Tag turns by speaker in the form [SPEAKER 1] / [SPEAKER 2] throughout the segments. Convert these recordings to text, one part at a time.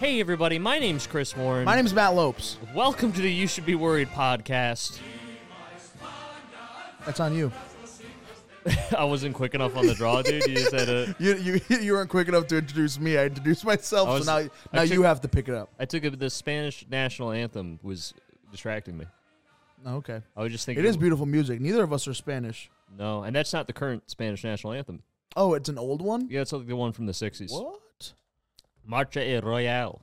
[SPEAKER 1] Hey, everybody, my name's Chris Warren.
[SPEAKER 2] My name's Matt Lopes.
[SPEAKER 1] Welcome to the You Should Be Worried podcast.
[SPEAKER 2] That's on you.
[SPEAKER 1] I wasn't quick enough on the draw, dude. You just had to.
[SPEAKER 2] You you, you weren't quick enough to introduce me. I introduced myself,
[SPEAKER 1] I was-
[SPEAKER 2] so now
[SPEAKER 1] I
[SPEAKER 2] now
[SPEAKER 1] took-
[SPEAKER 2] you have to pick it up.
[SPEAKER 1] I took it, the Spanish national anthem was distracting me.
[SPEAKER 2] Oh, Okay.
[SPEAKER 1] I was just thinking.
[SPEAKER 2] It is beautiful music. Neither of us are Spanish.
[SPEAKER 1] No, and that's not the current Spanish national anthem.
[SPEAKER 2] Oh, it's an old one.
[SPEAKER 1] Yeah, it's like the one from the 60s.
[SPEAKER 2] What?
[SPEAKER 1] Marcha y Royal.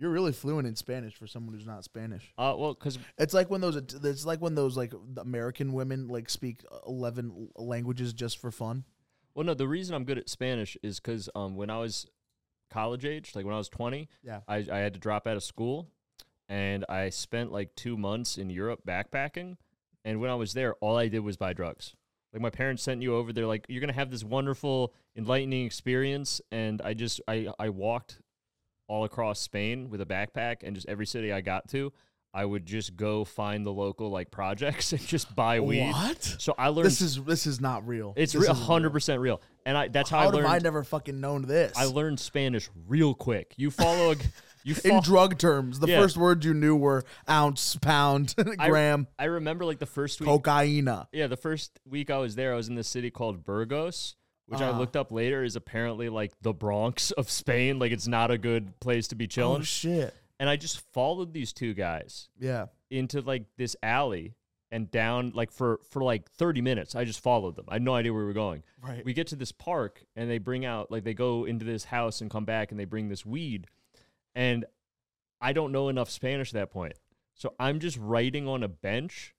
[SPEAKER 2] You're really fluent in Spanish for someone who's not Spanish.
[SPEAKER 1] Uh, well, because
[SPEAKER 2] It's like when those it's like when those like the American women like speak 11 languages just for fun.
[SPEAKER 1] Well, no, the reason I'm good at Spanish is because um, when I was college age, like when I was 20,
[SPEAKER 2] Yeah.
[SPEAKER 1] I, I had to drop out of school and I spent like two months in Europe backpacking. And when I was there, all I did was buy drugs. Like my parents sent you over, they're like, you're going to have this wonderful, enlightening experience. And I just, I, I walked all across Spain with a backpack and just every city I got to, I would just go find the local like projects and just buy weed.
[SPEAKER 2] What?
[SPEAKER 1] So I learned
[SPEAKER 2] This is this is not real.
[SPEAKER 1] it's
[SPEAKER 2] This
[SPEAKER 1] re-
[SPEAKER 2] isn't real.
[SPEAKER 1] 100% real. And I that's how,
[SPEAKER 2] How
[SPEAKER 1] I learned
[SPEAKER 2] have I never fucking known this?
[SPEAKER 1] I learned Spanish real quick. You follow a g- you
[SPEAKER 2] in
[SPEAKER 1] follow,
[SPEAKER 2] drug terms, the
[SPEAKER 1] Yeah.
[SPEAKER 2] first word you knew were ounce, pound,
[SPEAKER 1] I,
[SPEAKER 2] gram,
[SPEAKER 1] I remember like the first week.
[SPEAKER 2] cocaina.
[SPEAKER 1] Yeah, the first week I was there, I was in this city called Burgos, which I looked up later is apparently like the Bronx of Spain. Like it's not a good place to be
[SPEAKER 2] Oh
[SPEAKER 1] chilling.
[SPEAKER 2] shit!
[SPEAKER 1] and I just followed these two guys
[SPEAKER 2] Yeah,
[SPEAKER 1] into like this alley and down like for for like 30 minutes i just followed them i had no idea where we were going
[SPEAKER 2] Right.
[SPEAKER 1] we get to this park and they bring out like they go into this house and come back and they bring this weed and i don't know enough spanish at that point so i'm just writing on a bench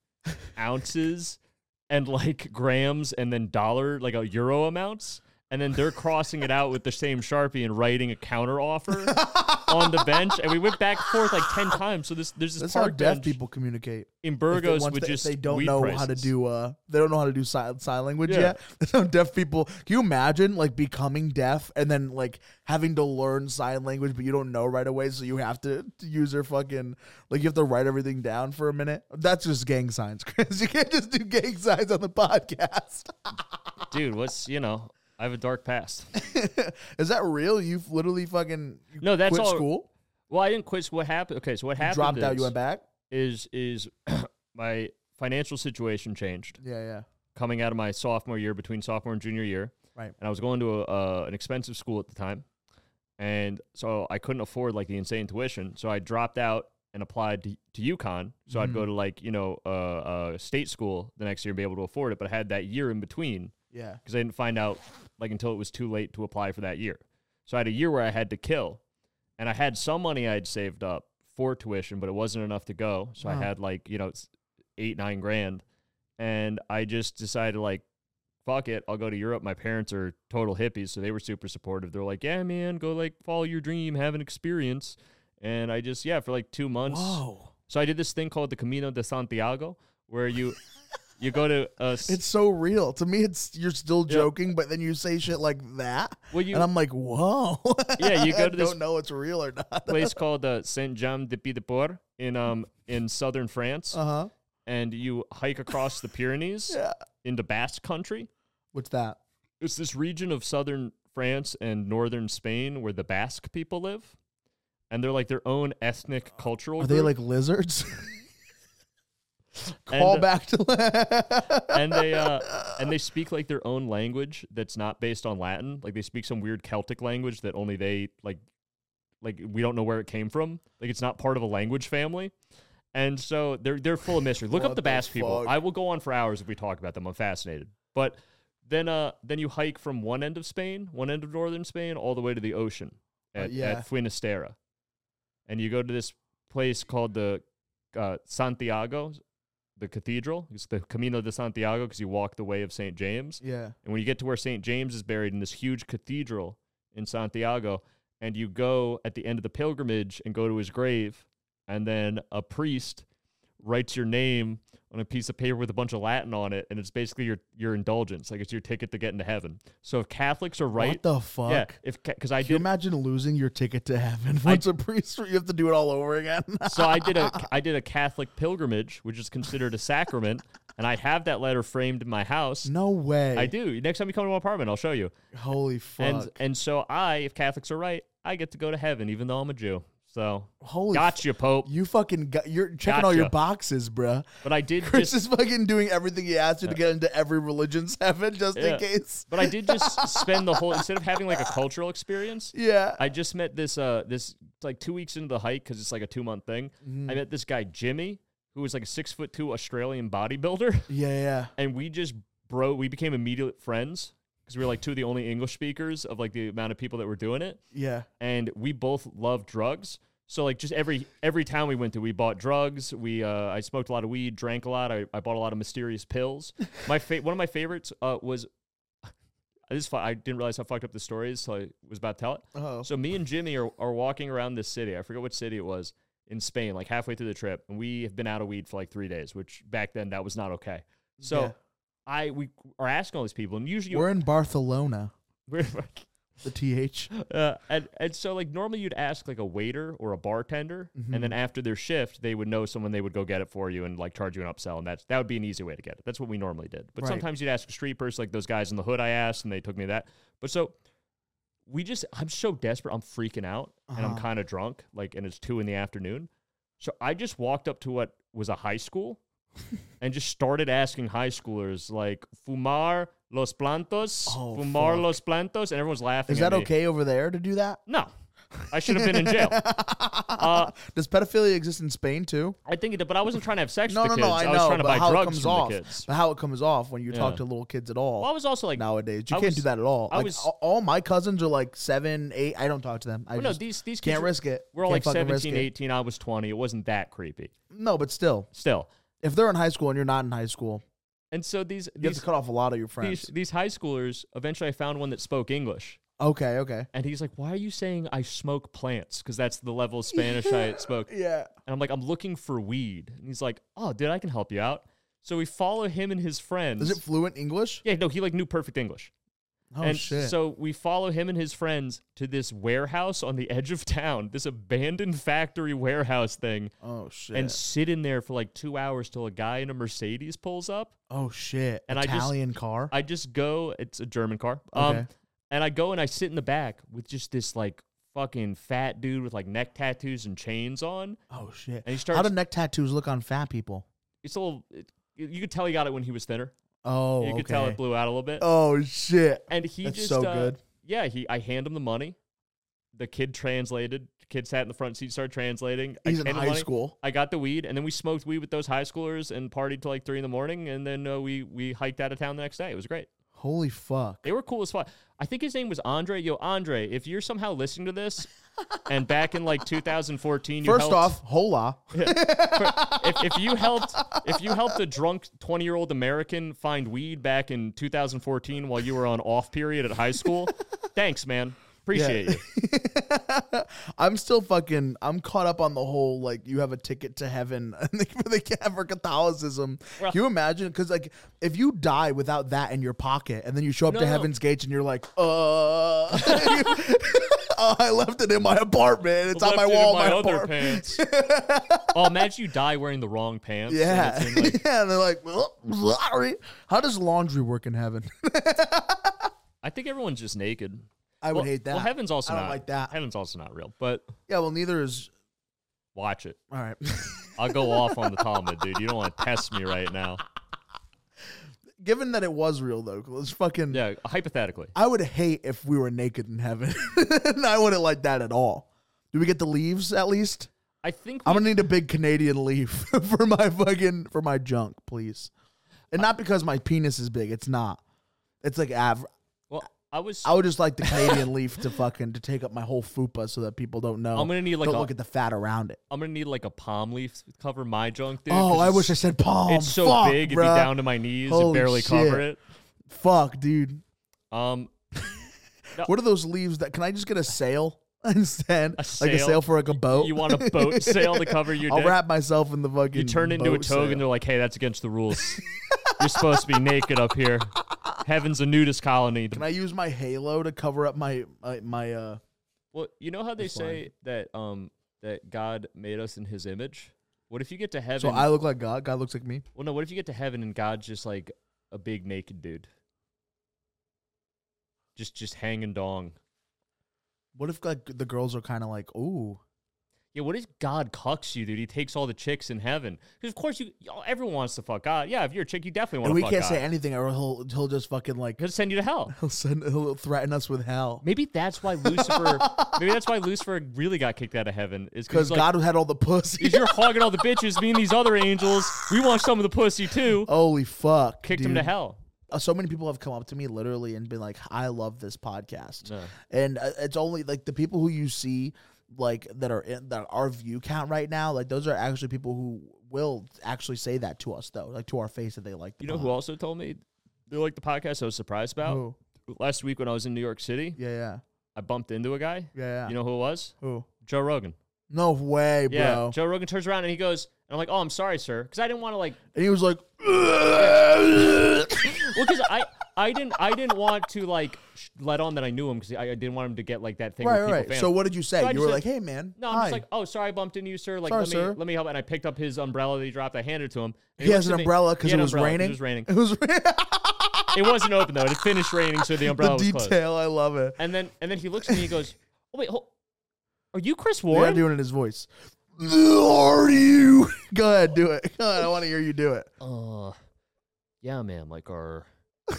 [SPEAKER 1] ounces and like grams and then dollar like a euro amounts and then they're crossing it out with the same sharpie and writing a counter offer on the bench and we went back and forth like 10 times so this there's this
[SPEAKER 2] that's how
[SPEAKER 1] park
[SPEAKER 2] deaf
[SPEAKER 1] bench
[SPEAKER 2] people communicate.
[SPEAKER 1] in
[SPEAKER 2] If they-
[SPEAKER 1] Burgos
[SPEAKER 2] once
[SPEAKER 1] with
[SPEAKER 2] they, if
[SPEAKER 1] just
[SPEAKER 2] they don't
[SPEAKER 1] weed
[SPEAKER 2] know
[SPEAKER 1] prices.
[SPEAKER 2] how to do uh, they don't know how to do sign sign language
[SPEAKER 1] Yeah.
[SPEAKER 2] yet. That's how deaf people. Can you imagine like becoming deaf and then like having to learn sign language, but you don't know right away, so you have to, to use your fucking like you have to write everything down for a minute. That's just gang signs, Chris. You can't just do gang signs on the podcast.
[SPEAKER 1] dude. What's you know? I have a dark past.
[SPEAKER 2] Is that real? You've literally fucking you
[SPEAKER 1] No, that's
[SPEAKER 2] quit
[SPEAKER 1] all-
[SPEAKER 2] school,
[SPEAKER 1] Well, I didn't quit. so What happened? Okay, so what happened?
[SPEAKER 2] dropped out,
[SPEAKER 1] is-
[SPEAKER 2] you went back.
[SPEAKER 1] Is is my financial situation changed
[SPEAKER 2] Yeah, yeah,
[SPEAKER 1] coming out of my sophomore year between sophomore and junior year,
[SPEAKER 2] right.
[SPEAKER 1] and I was going to a, uh, an expensive school at the time, and so I couldn't afford like the insane tuition. So I dropped out and applied to, to UConn. So I'd
[SPEAKER 2] Mm-hmm.
[SPEAKER 1] go to like you know a uh, uh, state school the next year and be able to afford it. But I had that year in between
[SPEAKER 2] Yeah.
[SPEAKER 1] because I didn't find out like until it was too late to apply for that year. So I had a year where I had to kill, and I had some money I had saved up for tuition, but it wasn't enough to go. So I
[SPEAKER 2] Wow.
[SPEAKER 1] had like you know it's eight nine grand, and I just decided like. Fuck it, I'll go to Europe. My parents are total hippies, so they were super supportive. They're like, "Yeah, man, go like follow your dream, have an experience." And I just, yeah, for like two months,
[SPEAKER 2] Whoa.
[SPEAKER 1] so I did this thing called the Camino de Santiago, where you you go to uh, s-
[SPEAKER 2] It's so real. To me, it's you're still joking, but then you say shit like that,
[SPEAKER 1] Well, you-
[SPEAKER 2] and I'm like, whoa.
[SPEAKER 1] Yeah, you go
[SPEAKER 2] I
[SPEAKER 1] to this-
[SPEAKER 2] Don't know it's real or not.
[SPEAKER 1] place called uh, Saint Jean de Pied de Port in um in southern France,
[SPEAKER 2] Uh huh.
[SPEAKER 1] and you hike across the Pyrenees
[SPEAKER 2] Yeah.
[SPEAKER 1] into Basque country.
[SPEAKER 2] What's that?
[SPEAKER 1] It's this region of southern France and northern Spain where the Basque people live, and they're like their own ethnic cultural.
[SPEAKER 2] Are they
[SPEAKER 1] group.
[SPEAKER 2] like lizards?
[SPEAKER 1] And,
[SPEAKER 2] Call
[SPEAKER 1] uh,
[SPEAKER 2] back to
[SPEAKER 1] and they uh, and they speak like their own language that's not based on Latin. Like they speak some weird Celtic language that only they like. Like we don't know where it came from. Like it's not part of a language family, and so they're they're full of mystery. Look up
[SPEAKER 2] What
[SPEAKER 1] the
[SPEAKER 2] the
[SPEAKER 1] Basque people.
[SPEAKER 2] fuck?
[SPEAKER 1] I will go on for hours if we talk about them. I'm fascinated, but. Then, uh, then you hike from one end of Spain, one end of northern Spain, all the way to the ocean
[SPEAKER 2] Uh,
[SPEAKER 1] at,
[SPEAKER 2] yeah.
[SPEAKER 1] at Finisterre, and you go to this place called the uh, Santiago, the cathedral. It's the Camino de Santiago because you walk the way of St. James.
[SPEAKER 2] yeah.
[SPEAKER 1] And when you get to where St. James is buried in this huge cathedral in Santiago, and you go at the end of the pilgrimage and go to his grave, and then a priest writes your name on a piece of paper with a bunch of Latin on it, and it's basically your, your indulgence. Like it's your ticket to get into heaven. So if Catholics are right,
[SPEAKER 2] What the fuck?
[SPEAKER 1] yeah, if because I
[SPEAKER 2] Can you
[SPEAKER 1] did
[SPEAKER 2] imagine losing your ticket to heaven once a priest? You have to do it all over again.
[SPEAKER 1] so I did a I did a Catholic pilgrimage, which is considered a sacrament, and I have that letter framed in my house.
[SPEAKER 2] no way.
[SPEAKER 1] I do. Next time you come to my apartment, I'll show you.
[SPEAKER 2] Holy fuck.
[SPEAKER 1] And and so I, if Catholics are right, I I get to go to heaven, even though I'm a Jew. So
[SPEAKER 2] Holy f-
[SPEAKER 1] gotcha, Pope.
[SPEAKER 2] you fucking got you're checking all your
[SPEAKER 1] Gotcha.
[SPEAKER 2] boxes, bruh.
[SPEAKER 1] But I did
[SPEAKER 2] Chris
[SPEAKER 1] just
[SPEAKER 2] is fucking doing everything he has to to get into every religion's heaven just
[SPEAKER 1] Yeah.
[SPEAKER 2] in case.
[SPEAKER 1] but I did just spend the whole instead of having like a cultural experience,
[SPEAKER 2] Yeah.
[SPEAKER 1] I just met this uh this like two weeks into the hike because it's like a two month thing.
[SPEAKER 2] Mm-hmm.
[SPEAKER 1] I met this guy Jimmy who was like a six foot two Australian bodybuilder,
[SPEAKER 2] yeah, yeah.
[SPEAKER 1] and we just bro we became immediate friends because we were like two of the only English speakers of like the amount of people that were doing it,
[SPEAKER 2] Yeah.
[SPEAKER 1] and we both love drugs. So like just every every town we went to, we bought drugs. We uh, I smoked a lot of weed, drank a lot. I, I bought a lot of mysterious pills. My fa- one of my favorites uh, was this. Fu- I didn't realize how fucked up the story is, so I was about to tell it.
[SPEAKER 2] Oh.
[SPEAKER 1] So me and Jimmy are, are walking around this city. I forget what city it was in Spain, like halfway through the trip, and we have been out of weed for like three days, which back then that was not okay. So
[SPEAKER 2] Yeah.
[SPEAKER 1] I we are asking all these people, and usually
[SPEAKER 2] We're in Barcelona.
[SPEAKER 1] we're,
[SPEAKER 2] The TH.
[SPEAKER 1] uh, and and so like normally you'd ask like a waiter or a bartender, and
[SPEAKER 2] Mm-hmm.
[SPEAKER 1] then after their shift they would know someone they would go get it for you and like charge you an upsell, and that's that would be an easy way to get it. That's what we normally did. But
[SPEAKER 2] Right.
[SPEAKER 1] sometimes you'd ask a street person, like those guys in the hood I asked, and they took me that. But so we just I'm so desperate, I'm freaking out, and I'm
[SPEAKER 2] Uh-huh.
[SPEAKER 1] kind of drunk, like, and it's two in the afternoon. So I just walked up to what was a high school. and just started asking high schoolers like "fumar los plantos,"
[SPEAKER 2] Oh,
[SPEAKER 1] "fumar
[SPEAKER 2] fuck.
[SPEAKER 1] los plantos," and everyone's laughing.
[SPEAKER 2] Is
[SPEAKER 1] at
[SPEAKER 2] that
[SPEAKER 1] me.
[SPEAKER 2] okay over there to do that?
[SPEAKER 1] No, I should have been in jail. Uh,
[SPEAKER 2] Does pedophilia exist in Spain too?
[SPEAKER 1] I think it did, but I wasn't trying to have sex
[SPEAKER 2] No,
[SPEAKER 1] with
[SPEAKER 2] no,
[SPEAKER 1] the
[SPEAKER 2] no.
[SPEAKER 1] kids.
[SPEAKER 2] I know,
[SPEAKER 1] was trying to
[SPEAKER 2] but
[SPEAKER 1] buy
[SPEAKER 2] how it
[SPEAKER 1] drugs
[SPEAKER 2] comes
[SPEAKER 1] from
[SPEAKER 2] off.
[SPEAKER 1] the kids.
[SPEAKER 2] But how it comes off when you talk
[SPEAKER 1] Yeah.
[SPEAKER 2] to little kids at all
[SPEAKER 1] Well, I was also like, no,
[SPEAKER 2] nowadays? You
[SPEAKER 1] I
[SPEAKER 2] can't
[SPEAKER 1] was-
[SPEAKER 2] do that at all.
[SPEAKER 1] I
[SPEAKER 2] Like,
[SPEAKER 1] was-
[SPEAKER 2] all, all my cousins are like seven, eight. I don't talk to them. I
[SPEAKER 1] no
[SPEAKER 2] just
[SPEAKER 1] these these kids
[SPEAKER 2] can't
[SPEAKER 1] were-
[SPEAKER 2] risk it.
[SPEAKER 1] We're all
[SPEAKER 2] Can't
[SPEAKER 1] like
[SPEAKER 2] fucking risk
[SPEAKER 1] 17,
[SPEAKER 2] it.
[SPEAKER 1] 18. I was 20. It wasn't that creepy.
[SPEAKER 2] No, but still,
[SPEAKER 1] Still,
[SPEAKER 2] if they're in high school and you're not in high school,
[SPEAKER 1] and so these
[SPEAKER 2] you have
[SPEAKER 1] these
[SPEAKER 2] to cut off a lot of your
[SPEAKER 1] these,
[SPEAKER 2] friends.
[SPEAKER 1] these high schoolers. Eventually, I found one that spoke English,
[SPEAKER 2] Okay, okay.
[SPEAKER 1] and he's like, "Why are you saying I smoke plants? Because that's the level of Spanish I spoke."
[SPEAKER 2] Yeah.
[SPEAKER 1] And I'm like, "I'm looking for weed," and he's like, "Oh, dude, I can help you out." So we follow him and his friends.
[SPEAKER 2] Is it fluent English?
[SPEAKER 1] yeah, no, he like knew perfect English.
[SPEAKER 2] Oh
[SPEAKER 1] and
[SPEAKER 2] shit.
[SPEAKER 1] so we follow him and his friends to this warehouse on the edge of town, this abandoned factory warehouse thing,
[SPEAKER 2] oh shit.
[SPEAKER 1] and sit in there for like two hours till a guy in a Mercedes pulls up.
[SPEAKER 2] oh shit.
[SPEAKER 1] and I just-
[SPEAKER 2] Italian car.
[SPEAKER 1] I just go, it's a German car. Um,
[SPEAKER 2] Okay.
[SPEAKER 1] And I go and I sit in the back with just this like fucking fat dude with like neck tattoos and chains on.
[SPEAKER 2] oh shit.
[SPEAKER 1] And he starts,
[SPEAKER 2] How do neck tattoos look on fat people?
[SPEAKER 1] it's a little, it, you- you could tell he got it when he was thinner.
[SPEAKER 2] Oh,
[SPEAKER 1] you
[SPEAKER 2] okay.
[SPEAKER 1] could tell it blew out a little bit.
[SPEAKER 2] Oh shit.
[SPEAKER 1] And he
[SPEAKER 2] That's
[SPEAKER 1] just
[SPEAKER 2] so
[SPEAKER 1] uh,
[SPEAKER 2] good.
[SPEAKER 1] Yeah, he I hand him the money. The kid translated. Kid sat in the front seat, started translating. I
[SPEAKER 2] He's in
[SPEAKER 1] handed the
[SPEAKER 2] high
[SPEAKER 1] money.
[SPEAKER 2] school.
[SPEAKER 1] I got the weed, and then we smoked weed with those high schoolers and partied till like three in the morning, and then uh, we we hiked out of town the next day. It was great.
[SPEAKER 2] Holy fuck.
[SPEAKER 1] They were cool as fuck. I think his name was Andre. Yo, Andre, if you're somehow listening to this, and back in like 2014, you
[SPEAKER 2] First
[SPEAKER 1] helped,
[SPEAKER 2] off, hola.
[SPEAKER 1] if, if you helped if you helped a drunk 20 year old American find weed back in 2014 while you were on off period at high school, thanks, man. Appreciate you.
[SPEAKER 2] I'm still fucking. I'm caught up on the whole like you have a ticket to heaven for the for Catholicism. Can you imagine? Because like if you die without that in your pocket, and then you show up
[SPEAKER 1] No,
[SPEAKER 2] to
[SPEAKER 1] no.
[SPEAKER 2] heaven's gates and you're like, uh, oh, I left it in my apartment. It's on my
[SPEAKER 1] Left it in
[SPEAKER 2] wall.
[SPEAKER 1] my
[SPEAKER 2] in my
[SPEAKER 1] other
[SPEAKER 2] apartment.
[SPEAKER 1] pants. oh, imagine you die wearing the wrong pants. and
[SPEAKER 2] Yeah,
[SPEAKER 1] it's in, like-
[SPEAKER 2] yeah. And they're like, "Oh, sorry. How does laundry work in heaven?
[SPEAKER 1] I think everyone's just naked.
[SPEAKER 2] I
[SPEAKER 1] well,
[SPEAKER 2] would hate that.
[SPEAKER 1] Well, heaven's also
[SPEAKER 2] I don't
[SPEAKER 1] not
[SPEAKER 2] like that.
[SPEAKER 1] Heaven's also not real, but
[SPEAKER 2] yeah. Well, neither is.
[SPEAKER 1] watch it.
[SPEAKER 2] All right.
[SPEAKER 1] I'll go off on the Talmud, dude. You don't want to test me right now.
[SPEAKER 2] Given that it was real though, let's fucking.
[SPEAKER 1] Yeah, hypothetically.
[SPEAKER 2] I would hate if we were naked in heaven. I wouldn't like that at all. Do we get the leaves at least?
[SPEAKER 1] I think we
[SPEAKER 2] I'm gonna need a big Canadian leaf for my fucking for my junk, please. And not because my penis is big. It's not. It's like av-
[SPEAKER 1] well I was
[SPEAKER 2] I would just like the Canadian leaf to fucking to take up my whole fupa so that people don't know.
[SPEAKER 1] I'm gonna need, like,
[SPEAKER 2] don't
[SPEAKER 1] a-
[SPEAKER 2] look at the fat around it.
[SPEAKER 1] I'm gonna need like a palm leaf to cover my junk, dude.
[SPEAKER 2] oh,
[SPEAKER 1] 'cause
[SPEAKER 2] I
[SPEAKER 1] it's-
[SPEAKER 2] wish I said palm.
[SPEAKER 1] it's so
[SPEAKER 2] Oh, Fuck,
[SPEAKER 1] big it'd be
[SPEAKER 2] bruh.
[SPEAKER 1] down to my knees and
[SPEAKER 2] Holy
[SPEAKER 1] barely cover
[SPEAKER 2] shit.
[SPEAKER 1] it.
[SPEAKER 2] Fuck, dude.
[SPEAKER 1] Um
[SPEAKER 2] What are those leaves? That can I just get a sail instead? like a
[SPEAKER 1] sail?
[SPEAKER 2] sail for like a boat.
[SPEAKER 1] you want a boat sail to cover your
[SPEAKER 2] I'll
[SPEAKER 1] dick?
[SPEAKER 2] wrap myself in the fucking.
[SPEAKER 1] you turn into a
[SPEAKER 2] boat
[SPEAKER 1] toga
[SPEAKER 2] sail.
[SPEAKER 1] and they're like, hey, that's against the rules. You're supposed to be naked up here. Heaven's a nudist colony. The-
[SPEAKER 2] Can I use my halo to cover up my my, my uh?
[SPEAKER 1] well, you know how they say that um that God made us in his image? What if you get to heaven?
[SPEAKER 2] So I look like God. God looks like me.
[SPEAKER 1] well, no, what if you get to heaven and God's just like a big naked dude? Just just hanging dong.
[SPEAKER 2] What if like the girls are kind of like, ooh,
[SPEAKER 1] Yeah, what if God cucks you, dude? He takes all the chicks in heaven. 'Cause of course you, y'all- everyone wants to fuck God. Yeah, if you're a chick, you definitely want
[SPEAKER 2] and
[SPEAKER 1] to
[SPEAKER 2] we
[SPEAKER 1] fuck
[SPEAKER 2] can't
[SPEAKER 1] God.
[SPEAKER 2] say anything, or he'll he'll just fucking like
[SPEAKER 1] He'll send you to hell.
[SPEAKER 2] he'll send he'll threaten us with hell
[SPEAKER 1] Maybe that's why Lucifer. maybe that's why Lucifer really got kicked out of heaven. Is
[SPEAKER 2] because
[SPEAKER 1] because like,
[SPEAKER 2] God had all the pussy.
[SPEAKER 1] "'Cause you're hogging all the bitches. Me and these other angels, we want some of the pussy too.
[SPEAKER 2] Holy fuck!
[SPEAKER 1] Kicked him to
[SPEAKER 2] Oh, dude.
[SPEAKER 1] hell.
[SPEAKER 2] Uh, So many people have come up to me literally and been like, "I love this podcast,"
[SPEAKER 1] Yeah.
[SPEAKER 2] and uh, it's only like the people who you see like that are in that our view count right now. Like those are actually people who will actually say that to us though, like to our face that they like. The
[SPEAKER 1] You know who
[SPEAKER 2] pod.
[SPEAKER 1] also told me they like the podcast I was surprised about?
[SPEAKER 2] Who?
[SPEAKER 1] Last week when I was in New York City,
[SPEAKER 2] Yeah, yeah,
[SPEAKER 1] I bumped into a guy.
[SPEAKER 2] yeah, yeah.
[SPEAKER 1] You know who it was?
[SPEAKER 2] who?
[SPEAKER 1] Joe Rogan.
[SPEAKER 2] No way, bro.
[SPEAKER 1] Yeah. Joe Rogan turns around and he goes, and I'm like, oh, I'm sorry, sir. Because I didn't want to like,
[SPEAKER 2] and he was like,
[SPEAKER 1] well, because I, I didn't, I didn't want to like sh- let on that I knew him because I, I didn't want him to get like that thing.
[SPEAKER 2] right,
[SPEAKER 1] where
[SPEAKER 2] right,
[SPEAKER 1] people
[SPEAKER 2] right.
[SPEAKER 1] fan-
[SPEAKER 2] So what did you say?
[SPEAKER 1] So I
[SPEAKER 2] you
[SPEAKER 1] just
[SPEAKER 2] were
[SPEAKER 1] said-
[SPEAKER 2] like, hey man,
[SPEAKER 1] no, I'm
[SPEAKER 2] hi.
[SPEAKER 1] just like, oh, sorry, I bumped into you, sir. Like,
[SPEAKER 2] Sorry,
[SPEAKER 1] let me,
[SPEAKER 2] sir.
[SPEAKER 1] let me help. And I picked up his umbrella that he dropped. I handed it to him. and
[SPEAKER 2] he,
[SPEAKER 1] looked
[SPEAKER 2] has an
[SPEAKER 1] at me-
[SPEAKER 2] umbrella
[SPEAKER 1] He
[SPEAKER 2] because
[SPEAKER 1] had
[SPEAKER 2] it
[SPEAKER 1] an
[SPEAKER 2] was
[SPEAKER 1] umbrella 'cause
[SPEAKER 2] raining.
[SPEAKER 1] It was raining.
[SPEAKER 2] It was raining.
[SPEAKER 1] It wasn't open though. It had finished raining, so the umbrella
[SPEAKER 2] the
[SPEAKER 1] was closed.
[SPEAKER 2] detail, I love it.
[SPEAKER 1] And then and then he looks at me and goes, oh, wait, hold, are you Chris
[SPEAKER 2] What?
[SPEAKER 1] Warren?
[SPEAKER 2] I'm doing it in his voice. Are you? Go ahead, do it. Go ahead, I want to hear you do it.
[SPEAKER 1] uh, yeah, ma'am. Like, are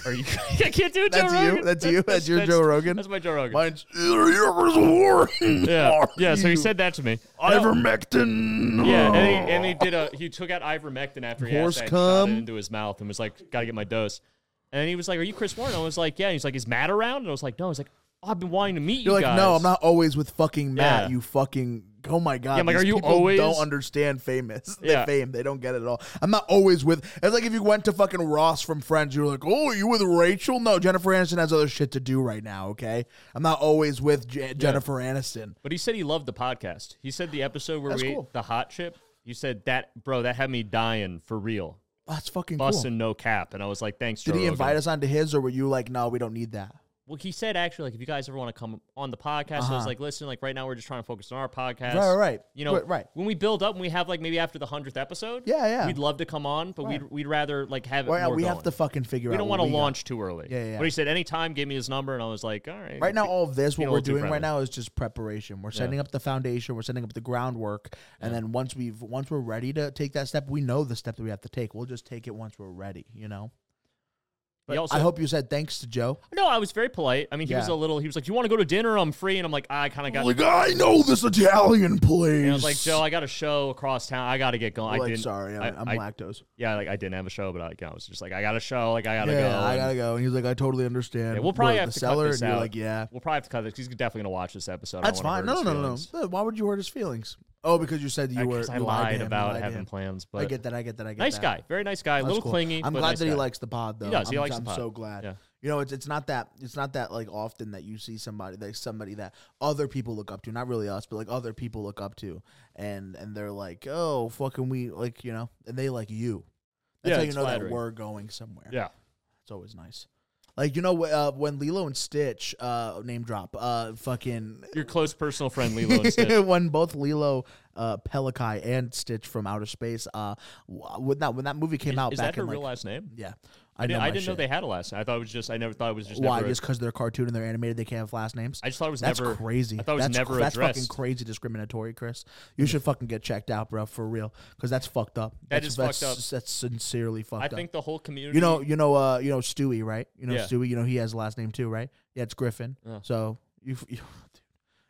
[SPEAKER 1] are you? I can't do it.
[SPEAKER 2] That's
[SPEAKER 1] Joe
[SPEAKER 2] you.
[SPEAKER 1] Rogan.
[SPEAKER 2] That's you. That's your Joe Rogan?
[SPEAKER 1] That's my Joe Rogan.
[SPEAKER 2] Mine's "Are you Chris Warren?
[SPEAKER 1] yeah,
[SPEAKER 2] Are
[SPEAKER 1] yeah. So he
[SPEAKER 2] you?"
[SPEAKER 1] said that to me. No.
[SPEAKER 2] ivermectin.
[SPEAKER 1] Yeah, and he, and he did a. He took out ivermectin after he
[SPEAKER 2] Oh. Horse
[SPEAKER 1] had that and shot
[SPEAKER 2] cum.
[SPEAKER 1] it into his mouth and was like, "Gotta get my dose." And he was like, "Are you Chris Warren?" I was like, "Yeah." And he's like, "Is Matt around?" And I was like, "No." He's like, oh, "I've been wanting to meet you
[SPEAKER 2] You're like,
[SPEAKER 1] guys."
[SPEAKER 2] no, I'm not always with fucking Matt.
[SPEAKER 1] Yeah.
[SPEAKER 2] You fucking, oh my god.
[SPEAKER 1] Yeah, I'm like,
[SPEAKER 2] these
[SPEAKER 1] are you
[SPEAKER 2] people
[SPEAKER 1] always-
[SPEAKER 2] Don't understand famous. They
[SPEAKER 1] Yeah.
[SPEAKER 2] fame. They don't get it at all. I'm not always with. It's like if you went to fucking Ross from Friends, you're like, oh, are you with Rachel? No, Jennifer Aniston has other shit to do right now. Okay, I'm not always with J- Jennifer Aniston.
[SPEAKER 1] But he said he loved the podcast. He said the episode where
[SPEAKER 2] That's
[SPEAKER 1] we
[SPEAKER 2] cool.
[SPEAKER 1] ate the hot chip. You said that, bro. That had me dying for real,
[SPEAKER 2] That's fucking
[SPEAKER 1] busting
[SPEAKER 2] cool.
[SPEAKER 1] no cap. And I was like, "Thanks."
[SPEAKER 2] Did
[SPEAKER 1] Joe
[SPEAKER 2] he
[SPEAKER 1] Rogan.
[SPEAKER 2] invite us onto his, or were you like, no, we don't need that?
[SPEAKER 1] Well, he said actually, like, if you guys ever want to come on the podcast, I was like, listen, like, right now we're just trying to focus on our podcast.
[SPEAKER 2] Uh-huh. Right, right, right.
[SPEAKER 1] You know,
[SPEAKER 2] Right, right.
[SPEAKER 1] When we build up and we have like maybe after the hundredth episode,
[SPEAKER 2] Yeah, yeah.
[SPEAKER 1] we'd love to come on, but we'd we'd rather like have it.
[SPEAKER 2] Well, yeah,
[SPEAKER 1] more
[SPEAKER 2] we
[SPEAKER 1] going.
[SPEAKER 2] have to fucking figure
[SPEAKER 1] We
[SPEAKER 2] out.
[SPEAKER 1] don't
[SPEAKER 2] what
[SPEAKER 1] want to
[SPEAKER 2] got.
[SPEAKER 1] launch too early.
[SPEAKER 2] Yeah, yeah, yeah.
[SPEAKER 1] But he said anytime, gave me his number, and I was like, all right.
[SPEAKER 2] Right now, all of this,
[SPEAKER 1] being
[SPEAKER 2] what
[SPEAKER 1] a
[SPEAKER 2] we're
[SPEAKER 1] little too
[SPEAKER 2] doing right
[SPEAKER 1] friendly.
[SPEAKER 2] now is just preparation. We're setting up the foundation, we're setting up the groundwork, and then once we've once we're ready to take that step, we know the step that we have to take. We'll just take it once we're ready, you know.
[SPEAKER 1] He also,
[SPEAKER 2] I hope you said thanks to Joe.
[SPEAKER 1] no, I was very polite. I mean, he was a
[SPEAKER 2] Yeah.
[SPEAKER 1] little. He was like, "You want to go to dinner? I'm free." And I'm like, "I kind of got."
[SPEAKER 2] I know this Italian place.
[SPEAKER 1] and I was like, "Joe, I got a show across town. I got to get going." I didn't.
[SPEAKER 2] sorry, I'm,
[SPEAKER 1] I-
[SPEAKER 2] I'm
[SPEAKER 1] I-
[SPEAKER 2] lactose.
[SPEAKER 1] Yeah, like I didn't have a show, but I, I was just like, "I got a show. Like I gotta
[SPEAKER 2] yeah,
[SPEAKER 1] go."
[SPEAKER 2] I
[SPEAKER 1] and-
[SPEAKER 2] gotta go. And he's like, I totally understand.
[SPEAKER 1] Yeah, we'll probably
[SPEAKER 2] We're at
[SPEAKER 1] have
[SPEAKER 2] the
[SPEAKER 1] to
[SPEAKER 2] cellar,
[SPEAKER 1] cut this
[SPEAKER 2] and you're
[SPEAKER 1] out.
[SPEAKER 2] like, yeah,
[SPEAKER 1] we'll probably have to cut this. 'cause He's definitely gonna watch this episode. I don't
[SPEAKER 2] that's
[SPEAKER 1] wanna
[SPEAKER 2] fine.
[SPEAKER 1] hurt
[SPEAKER 2] No,
[SPEAKER 1] his
[SPEAKER 2] no, no, no,
[SPEAKER 1] feelings.
[SPEAKER 2] no. Why would you hurt his feelings? Oh, because you said you
[SPEAKER 1] I,
[SPEAKER 2] were.
[SPEAKER 1] 'cause I
[SPEAKER 2] you
[SPEAKER 1] lied
[SPEAKER 2] to him,
[SPEAKER 1] about
[SPEAKER 2] lied to
[SPEAKER 1] having
[SPEAKER 2] him.
[SPEAKER 1] plans, but
[SPEAKER 2] I get that. I get that. I get
[SPEAKER 1] nice
[SPEAKER 2] that.
[SPEAKER 1] guy, very nice guy, a
[SPEAKER 2] That's
[SPEAKER 1] little
[SPEAKER 2] cool.
[SPEAKER 1] clingy.
[SPEAKER 2] I'm
[SPEAKER 1] but
[SPEAKER 2] glad
[SPEAKER 1] nice
[SPEAKER 2] that he
[SPEAKER 1] guy.
[SPEAKER 2] likes the pod though.
[SPEAKER 1] does. He
[SPEAKER 2] I'm,
[SPEAKER 1] likes
[SPEAKER 2] I'm
[SPEAKER 1] the pod.
[SPEAKER 2] so glad.
[SPEAKER 1] Yeah.
[SPEAKER 2] You know, it's it's not that it's not that like often that you see somebody like somebody that other people look up to, not really us, but like other people look up to, and and they're like, oh fucking we like you know, and they like you. That's
[SPEAKER 1] Yeah,
[SPEAKER 2] how you
[SPEAKER 1] it's
[SPEAKER 2] know that
[SPEAKER 1] flattering.
[SPEAKER 2] we're going somewhere.
[SPEAKER 1] Yeah,
[SPEAKER 2] It's always nice. Like you know wh- uh, when Lilo and Stitch uh, name drop uh fucking
[SPEAKER 1] your close personal friend Lilo and Stitch.
[SPEAKER 2] when both Lilo uh, Pelikai and Stitch from Outer Space uh w- when that when that movie came out
[SPEAKER 1] Is
[SPEAKER 2] back
[SPEAKER 1] that her
[SPEAKER 2] in
[SPEAKER 1] real
[SPEAKER 2] like
[SPEAKER 1] last name?
[SPEAKER 2] yeah
[SPEAKER 1] I didn't,
[SPEAKER 2] my
[SPEAKER 1] I didn't know
[SPEAKER 2] shit.
[SPEAKER 1] they had a last name. I thought it was just. I never thought it was just.
[SPEAKER 2] Why?
[SPEAKER 1] Never,
[SPEAKER 2] Just because they're cartoon and they're animated, they can't have last names.
[SPEAKER 1] I just thought it was
[SPEAKER 2] That's
[SPEAKER 1] never.
[SPEAKER 2] crazy.
[SPEAKER 1] I thought it was
[SPEAKER 2] that's,
[SPEAKER 1] never
[SPEAKER 2] That's fucking
[SPEAKER 1] addressed.
[SPEAKER 2] crazy discriminatory, Chris. You should fucking get checked out, bro, for real, because that's fucked up.
[SPEAKER 1] That
[SPEAKER 2] that's,
[SPEAKER 1] is
[SPEAKER 2] that's,
[SPEAKER 1] fucked up.
[SPEAKER 2] That's sincerely fucked
[SPEAKER 1] I
[SPEAKER 2] up.
[SPEAKER 1] think the whole community.
[SPEAKER 2] you know, you know, uh, you know Stewie, right? You know
[SPEAKER 1] Yeah.
[SPEAKER 2] Stewie. You know he has a last name too, right? Yeah, it's Griffin.
[SPEAKER 1] Yeah.
[SPEAKER 2] So you, you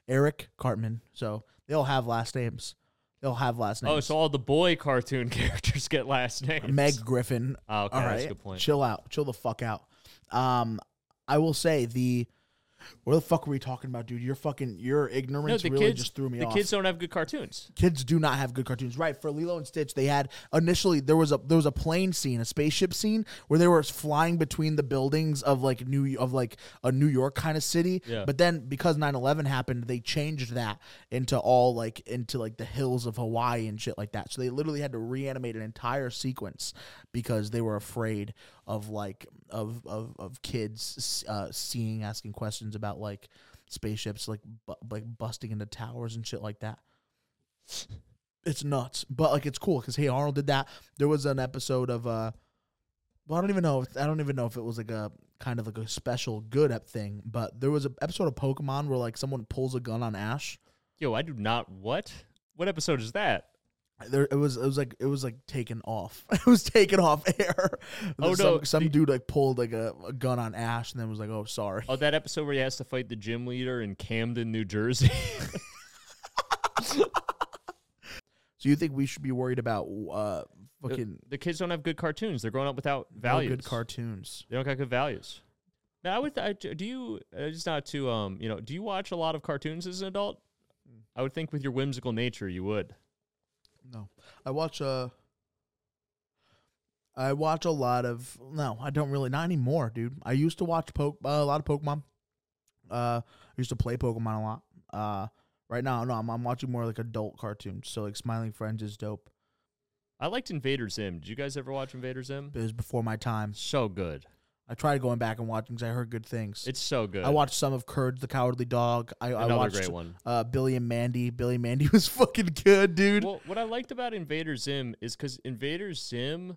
[SPEAKER 2] Eric Cartman. So they all have last names. They'll have last names.
[SPEAKER 1] Oh, so all the boy cartoon characters get last names.
[SPEAKER 2] Meg Griffin.
[SPEAKER 1] Oh, okay,
[SPEAKER 2] All
[SPEAKER 1] that's
[SPEAKER 2] right,
[SPEAKER 1] a good point.
[SPEAKER 2] Chill out. Chill the fuck out. Um, I will say the where the fuck were we talking about, dude? Your fucking your
[SPEAKER 1] No,
[SPEAKER 2] ignorance
[SPEAKER 1] the
[SPEAKER 2] really
[SPEAKER 1] kids
[SPEAKER 2] just threw me
[SPEAKER 1] The
[SPEAKER 2] off.
[SPEAKER 1] kids don't have good cartoons.
[SPEAKER 2] Kids do not have good cartoons, right? For Lilo and Stitch, they had initially there was a there was a plane scene, a spaceship scene where they were flying between the buildings of like New of like a New York kind of city.
[SPEAKER 1] Yeah.
[SPEAKER 2] But then because 9-11 happened, they changed that into all like into like the hills of Hawaii and shit like that. So they literally had to reanimate an entire sequence because they were afraid of like of of of kids uh, seeing asking questions about like spaceships like bu- like busting into towers and shit like that it's nuts, but like it's cool because Hey Arnold did that. There was an episode of uh, well, I don't even know. If, I don't even know if it was like a kind of like a special good ep thing, but there was an episode of Pokemon where like someone pulls a gun on Ash.
[SPEAKER 1] Yo, I do not what? What episode is that?
[SPEAKER 2] There, it was it was like it was like taken off. It was taken off air.
[SPEAKER 1] Oh,
[SPEAKER 2] some,
[SPEAKER 1] no,
[SPEAKER 2] Some
[SPEAKER 1] the-
[SPEAKER 2] dude like pulled like a, a gun on Ash and then was like, "Oh, sorry."
[SPEAKER 1] Oh, that episode where he has to fight the gym leader in Camden, New Jersey.
[SPEAKER 2] So you think we should be worried about uh fucking
[SPEAKER 1] the kids don't have good cartoons. They're growing up without
[SPEAKER 2] no
[SPEAKER 1] values.
[SPEAKER 2] good cartoons?
[SPEAKER 1] They don't got good values. Now, I would. I, do you? uh, It's not too. Um, you know, do you watch a lot of cartoons as an adult? I would think with your whimsical nature, you would.
[SPEAKER 2] No, I watch uh. I watch a lot of no, I don't really not anymore, dude. I used to watch poke uh, a lot of Pokemon. Uh, I used to play Pokemon a lot. Uh, right now, no, I'm, I'm watching more like adult cartoons. So like Smiling Friends is dope.
[SPEAKER 1] I liked Invader Zim. Did you guys ever watch Invader Zim?
[SPEAKER 2] It was before my time.
[SPEAKER 1] So good.
[SPEAKER 2] I tried going back and watching because I heard good things.
[SPEAKER 1] It's so good.
[SPEAKER 2] I watched some of Courage the Cowardly Dog. I, I
[SPEAKER 1] another
[SPEAKER 2] watched
[SPEAKER 1] great one.
[SPEAKER 2] Uh, Billy and Mandy. Billy and Mandy was fucking good, dude.
[SPEAKER 1] Well, what I liked about Invader Zim is because Invader Zim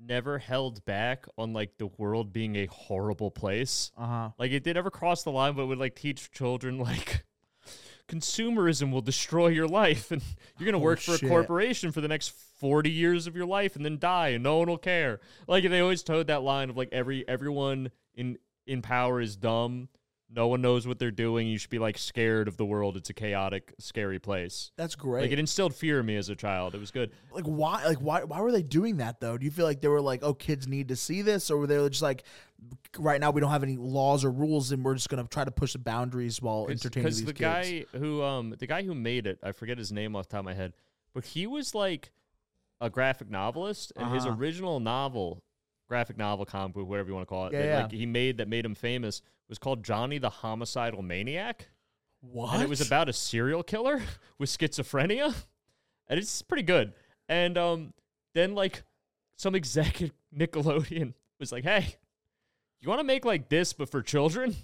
[SPEAKER 1] never held back on like the world being a horrible place.
[SPEAKER 2] Uh huh.
[SPEAKER 1] Like it did ever cross the line, but would like teach children like consumerism will destroy your life, and you're gonna
[SPEAKER 2] Holy
[SPEAKER 1] work for
[SPEAKER 2] shit.
[SPEAKER 1] a corporation for the next forty years of your life, and then die, and no one will care. Like they always towed that line of like every everyone in in power is dumb. No one knows what they're doing. You should be like scared of the world. It's a chaotic, scary place.
[SPEAKER 2] That's great.
[SPEAKER 1] Like it instilled fear in me as a child. It was good.
[SPEAKER 2] like why like why why were they doing that though? Do you feel like they were like, oh, kids need to see this, or were they just like, right now we don't have any laws or rules, and we're just gonna try to push the boundaries while entertaining these
[SPEAKER 1] the
[SPEAKER 2] kids?
[SPEAKER 1] guy who um the guy who made it, I forget his name off the top of my head, but he was like a graphic novelist, and his
[SPEAKER 2] Uh-huh.
[SPEAKER 1] original novel, graphic novel, comic book, whatever you want to call it,
[SPEAKER 2] Yeah,
[SPEAKER 1] that,
[SPEAKER 2] yeah.
[SPEAKER 1] like he made that made him famous was called Johnny the Homicidal Maniac,
[SPEAKER 2] what?
[SPEAKER 1] and it was about a serial killer with schizophrenia, and it's pretty good. And um then like some exec at Nickelodeon was like, hey, you want to make like this but for children?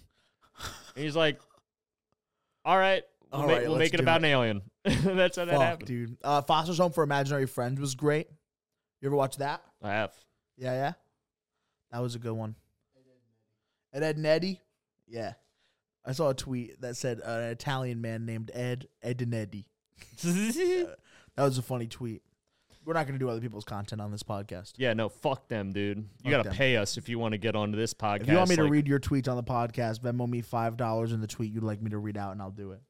[SPEAKER 1] And he's like, all right, we'll,
[SPEAKER 2] All
[SPEAKER 1] ma-
[SPEAKER 2] right,
[SPEAKER 1] we'll
[SPEAKER 2] let's
[SPEAKER 1] make it
[SPEAKER 2] do
[SPEAKER 1] about an alien. That's how that
[SPEAKER 2] Fuck,
[SPEAKER 1] happened.
[SPEAKER 2] dude. Uh, Foster's Home for Imaginary Friends was great. You ever watch that?
[SPEAKER 1] I have.
[SPEAKER 2] Yeah, yeah. That was a good one. And Ed and Eddie. Yeah. I saw a tweet that said uh, an Italian man named Ed Ed and Eddie. That was a funny tweet. We're not gonna do other people's content on this podcast.
[SPEAKER 1] yeah, no, fuck them, dude. You
[SPEAKER 2] Fuck
[SPEAKER 1] got to
[SPEAKER 2] them.
[SPEAKER 1] pay us if you want to get onto this podcast.
[SPEAKER 2] If you want me to
[SPEAKER 1] like-
[SPEAKER 2] read your tweets on the podcast, Venmo me five dollars in the tweet you'd like me to read out, and I'll do it.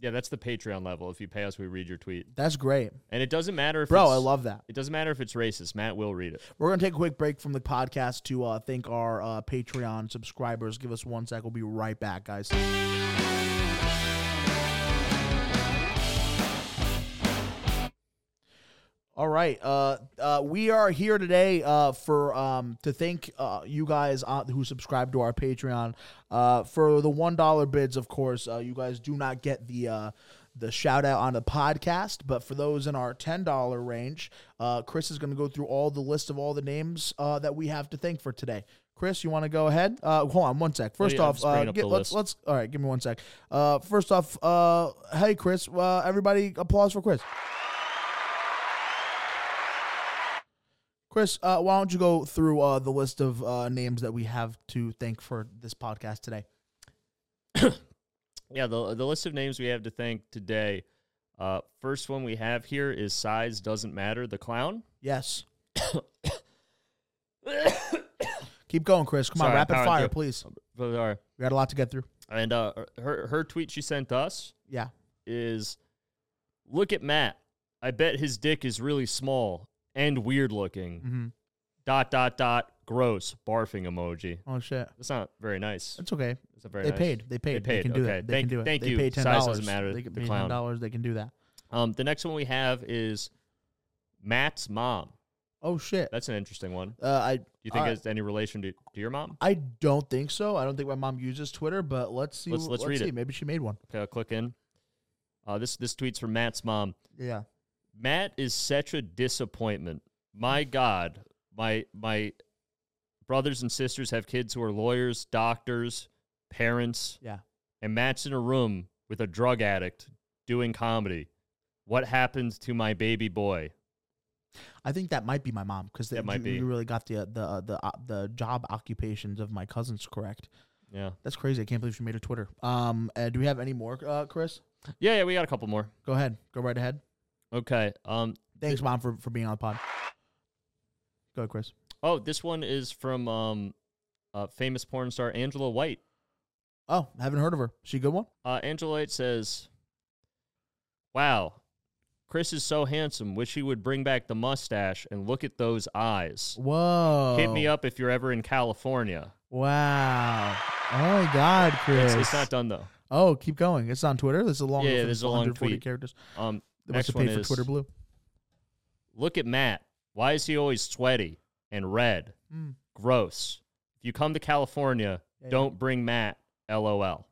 [SPEAKER 1] Yeah, that's the Patreon level. If you pay us, we read your tweet.
[SPEAKER 2] That's great,
[SPEAKER 1] And it doesn't matter if
[SPEAKER 2] bro.
[SPEAKER 1] it's-
[SPEAKER 2] I love that.
[SPEAKER 1] it doesn't matter if it's racist. Matt will read it.
[SPEAKER 2] We're gonna take a quick break from the podcast to uh, thank our uh, Patreon subscribers. Give us one sec. We'll be right back, guys. All right, uh, uh, we are here today uh, for um, to thank uh, you guys uh, who subscribe to our Patreon uh, for the one dollar bids. Of course, uh, you guys do not get the uh, the shout out on the podcast, but for those in our ten dollar range, uh, Chris is going to go through all the list of all the names uh, that we have to thank for today. Chris, you want to go ahead? Uh, hold on one sec. First
[SPEAKER 1] yeah, I'm
[SPEAKER 2] off,
[SPEAKER 1] just
[SPEAKER 2] uh,
[SPEAKER 1] bringing up
[SPEAKER 2] get-
[SPEAKER 1] the
[SPEAKER 2] let's
[SPEAKER 1] list.
[SPEAKER 2] let's all right. Give me one sec. Uh, first off, uh, hey Chris, uh, everybody, applause for Chris. Chris, uh, why don't you go through uh, the list of uh, names that we have to thank for this podcast today?
[SPEAKER 1] Yeah, the the list of names we have to thank today. Uh, first one we have here is size doesn't matter. The clown.
[SPEAKER 2] Yes. Keep going, Chris. Come on,
[SPEAKER 1] Sorry, I
[SPEAKER 2] rapid
[SPEAKER 1] powered
[SPEAKER 2] fire,
[SPEAKER 1] through.
[SPEAKER 2] please.
[SPEAKER 1] Sorry.
[SPEAKER 2] We got a lot to get through.
[SPEAKER 1] And uh, her her tweet she sent us
[SPEAKER 2] Yeah.
[SPEAKER 1] is, "Look at Matt. I bet his dick is really small and weird looking.
[SPEAKER 2] Mhm.
[SPEAKER 1] Dot dot dot. Gross. Barfing emoji.
[SPEAKER 2] Oh shit.
[SPEAKER 1] That's not very nice.
[SPEAKER 2] It's okay.
[SPEAKER 1] That's not very
[SPEAKER 2] They
[SPEAKER 1] nice.
[SPEAKER 2] paid. They paid. They,
[SPEAKER 1] paid.
[SPEAKER 2] can do
[SPEAKER 1] Okay.
[SPEAKER 2] it. They
[SPEAKER 1] Thank-
[SPEAKER 2] can do it.
[SPEAKER 1] thank
[SPEAKER 2] they
[SPEAKER 1] you.
[SPEAKER 2] Paid ten
[SPEAKER 1] Size
[SPEAKER 2] dollars.
[SPEAKER 1] doesn't matter.
[SPEAKER 2] They can
[SPEAKER 1] The
[SPEAKER 2] pay ten
[SPEAKER 1] clown.
[SPEAKER 2] dollars. They can do that.
[SPEAKER 1] Um, the next one we have is Matt's mom.
[SPEAKER 2] Oh shit.
[SPEAKER 1] That's an interesting one. Do
[SPEAKER 2] Uh, I
[SPEAKER 1] you think
[SPEAKER 2] Uh,
[SPEAKER 1] it's any relation to, to your mom?
[SPEAKER 2] I don't think so. I don't think my mom uses Twitter, but let's see.
[SPEAKER 1] Let's- let's read
[SPEAKER 2] see.
[SPEAKER 1] it.
[SPEAKER 2] Maybe she made one.
[SPEAKER 1] Okay, I'll click in. Uh, this this tweet's from Matt's mom.
[SPEAKER 2] Yeah.
[SPEAKER 1] Matt is such a disappointment. My God, my my brothers and sisters have kids who are lawyers, doctors, parents,
[SPEAKER 2] Yeah.
[SPEAKER 1] and Matt's in a room with a drug addict doing comedy. What happened to my baby boy?
[SPEAKER 2] I think that might be my mom because
[SPEAKER 1] That might
[SPEAKER 2] you,
[SPEAKER 1] be.
[SPEAKER 2] you really got the uh, the uh, the uh, the job occupations of my cousins correct.
[SPEAKER 1] Yeah.
[SPEAKER 2] That's crazy. I can't believe she made a Twitter. Um, uh, do we have any more, uh, Chris?
[SPEAKER 1] Yeah, yeah, we got a couple more.
[SPEAKER 2] Go ahead. Go right ahead.
[SPEAKER 1] Okay. Um
[SPEAKER 2] Thanks, mom, for, for being on the pod. Go, ahead, Chris.
[SPEAKER 1] oh, this one is from um uh, famous porn star Angela White.
[SPEAKER 2] Oh, haven't heard of her. She a good one.
[SPEAKER 1] Uh, Angela White says, "Wow, Chris is so handsome. Wish he would bring back the mustache and look at those eyes.
[SPEAKER 2] Whoa!
[SPEAKER 1] Hit me up if you're ever in California.
[SPEAKER 2] Wow! Oh my God, Chris.
[SPEAKER 1] It's, it's not done though.
[SPEAKER 2] Oh, keep going. It's on Twitter. This is a long.
[SPEAKER 1] Yeah,
[SPEAKER 2] one
[SPEAKER 1] yeah,
[SPEAKER 2] for
[SPEAKER 1] this is a long
[SPEAKER 2] 140
[SPEAKER 1] tweet.
[SPEAKER 2] characters.
[SPEAKER 1] Um,
[SPEAKER 2] They must
[SPEAKER 1] next
[SPEAKER 2] have paid
[SPEAKER 1] one
[SPEAKER 2] for
[SPEAKER 1] is
[SPEAKER 2] Twitter Blue.
[SPEAKER 1] look at Matt. Why is he always sweaty and red?
[SPEAKER 2] Mm.
[SPEAKER 1] Gross. If you come to California,
[SPEAKER 2] Yeah, yeah.
[SPEAKER 1] don't bring Matt. LOL.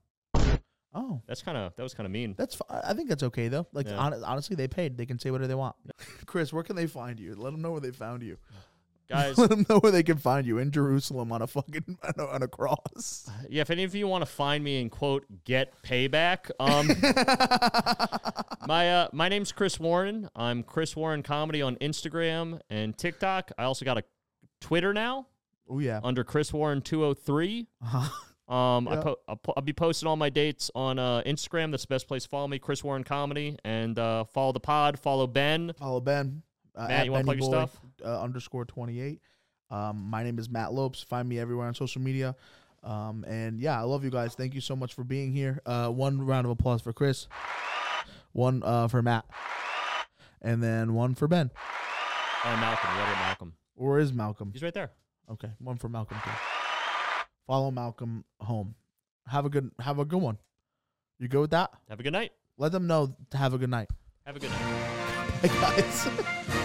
[SPEAKER 2] Oh,
[SPEAKER 1] That's kind of that was kind of mean.
[SPEAKER 2] that's. fi- I think that's okay though. Like
[SPEAKER 1] Yeah.
[SPEAKER 2] hon- honestly, they paid. They can say whatever they want. Chris, where can they find you? Let them know where they found you.
[SPEAKER 1] Guys,
[SPEAKER 2] Let them know where they can find you in Jerusalem on a fucking on a, on a cross.
[SPEAKER 1] yeah, if any of you want to find me and quote get payback, um my uh, my name's Chris Warren. I'm Chris Warren Comedy on Instagram and TikTok. I also got a Twitter now
[SPEAKER 2] oh yeah.
[SPEAKER 1] under Chris Warren 203.
[SPEAKER 2] Uh-huh.
[SPEAKER 1] Um, I
[SPEAKER 2] Yeah.
[SPEAKER 1] po- I'll, po- I'll be posting all my dates on uh, Instagram. That's the best place to follow me, Chris Warren Comedy, and uh, follow the pod. Follow Ben.
[SPEAKER 2] Follow Ben. Uh,
[SPEAKER 1] Matt,
[SPEAKER 2] at
[SPEAKER 1] you want to plug
[SPEAKER 2] Benny
[SPEAKER 1] your
[SPEAKER 2] Boy,
[SPEAKER 1] stuff?
[SPEAKER 2] Uh, underscore twenty eight. Um, my name is Matt Lopes. Find me everywhere on social media. Um, and yeah, I love you guys. Thank you so much for being here. Uh, one round of applause for Chris. One uh, for Matt. And then one for Ben.
[SPEAKER 1] And Malcolm. The other Malcolm.
[SPEAKER 2] Or is Malcolm?
[SPEAKER 1] He's right there.
[SPEAKER 2] Okay, one for Malcolm. Too. Follow Malcolm home. Have a good have a good one. You go with that?
[SPEAKER 1] Have a good night.
[SPEAKER 2] Let them know to have a good night.
[SPEAKER 1] Have a good night.
[SPEAKER 2] Hey guys.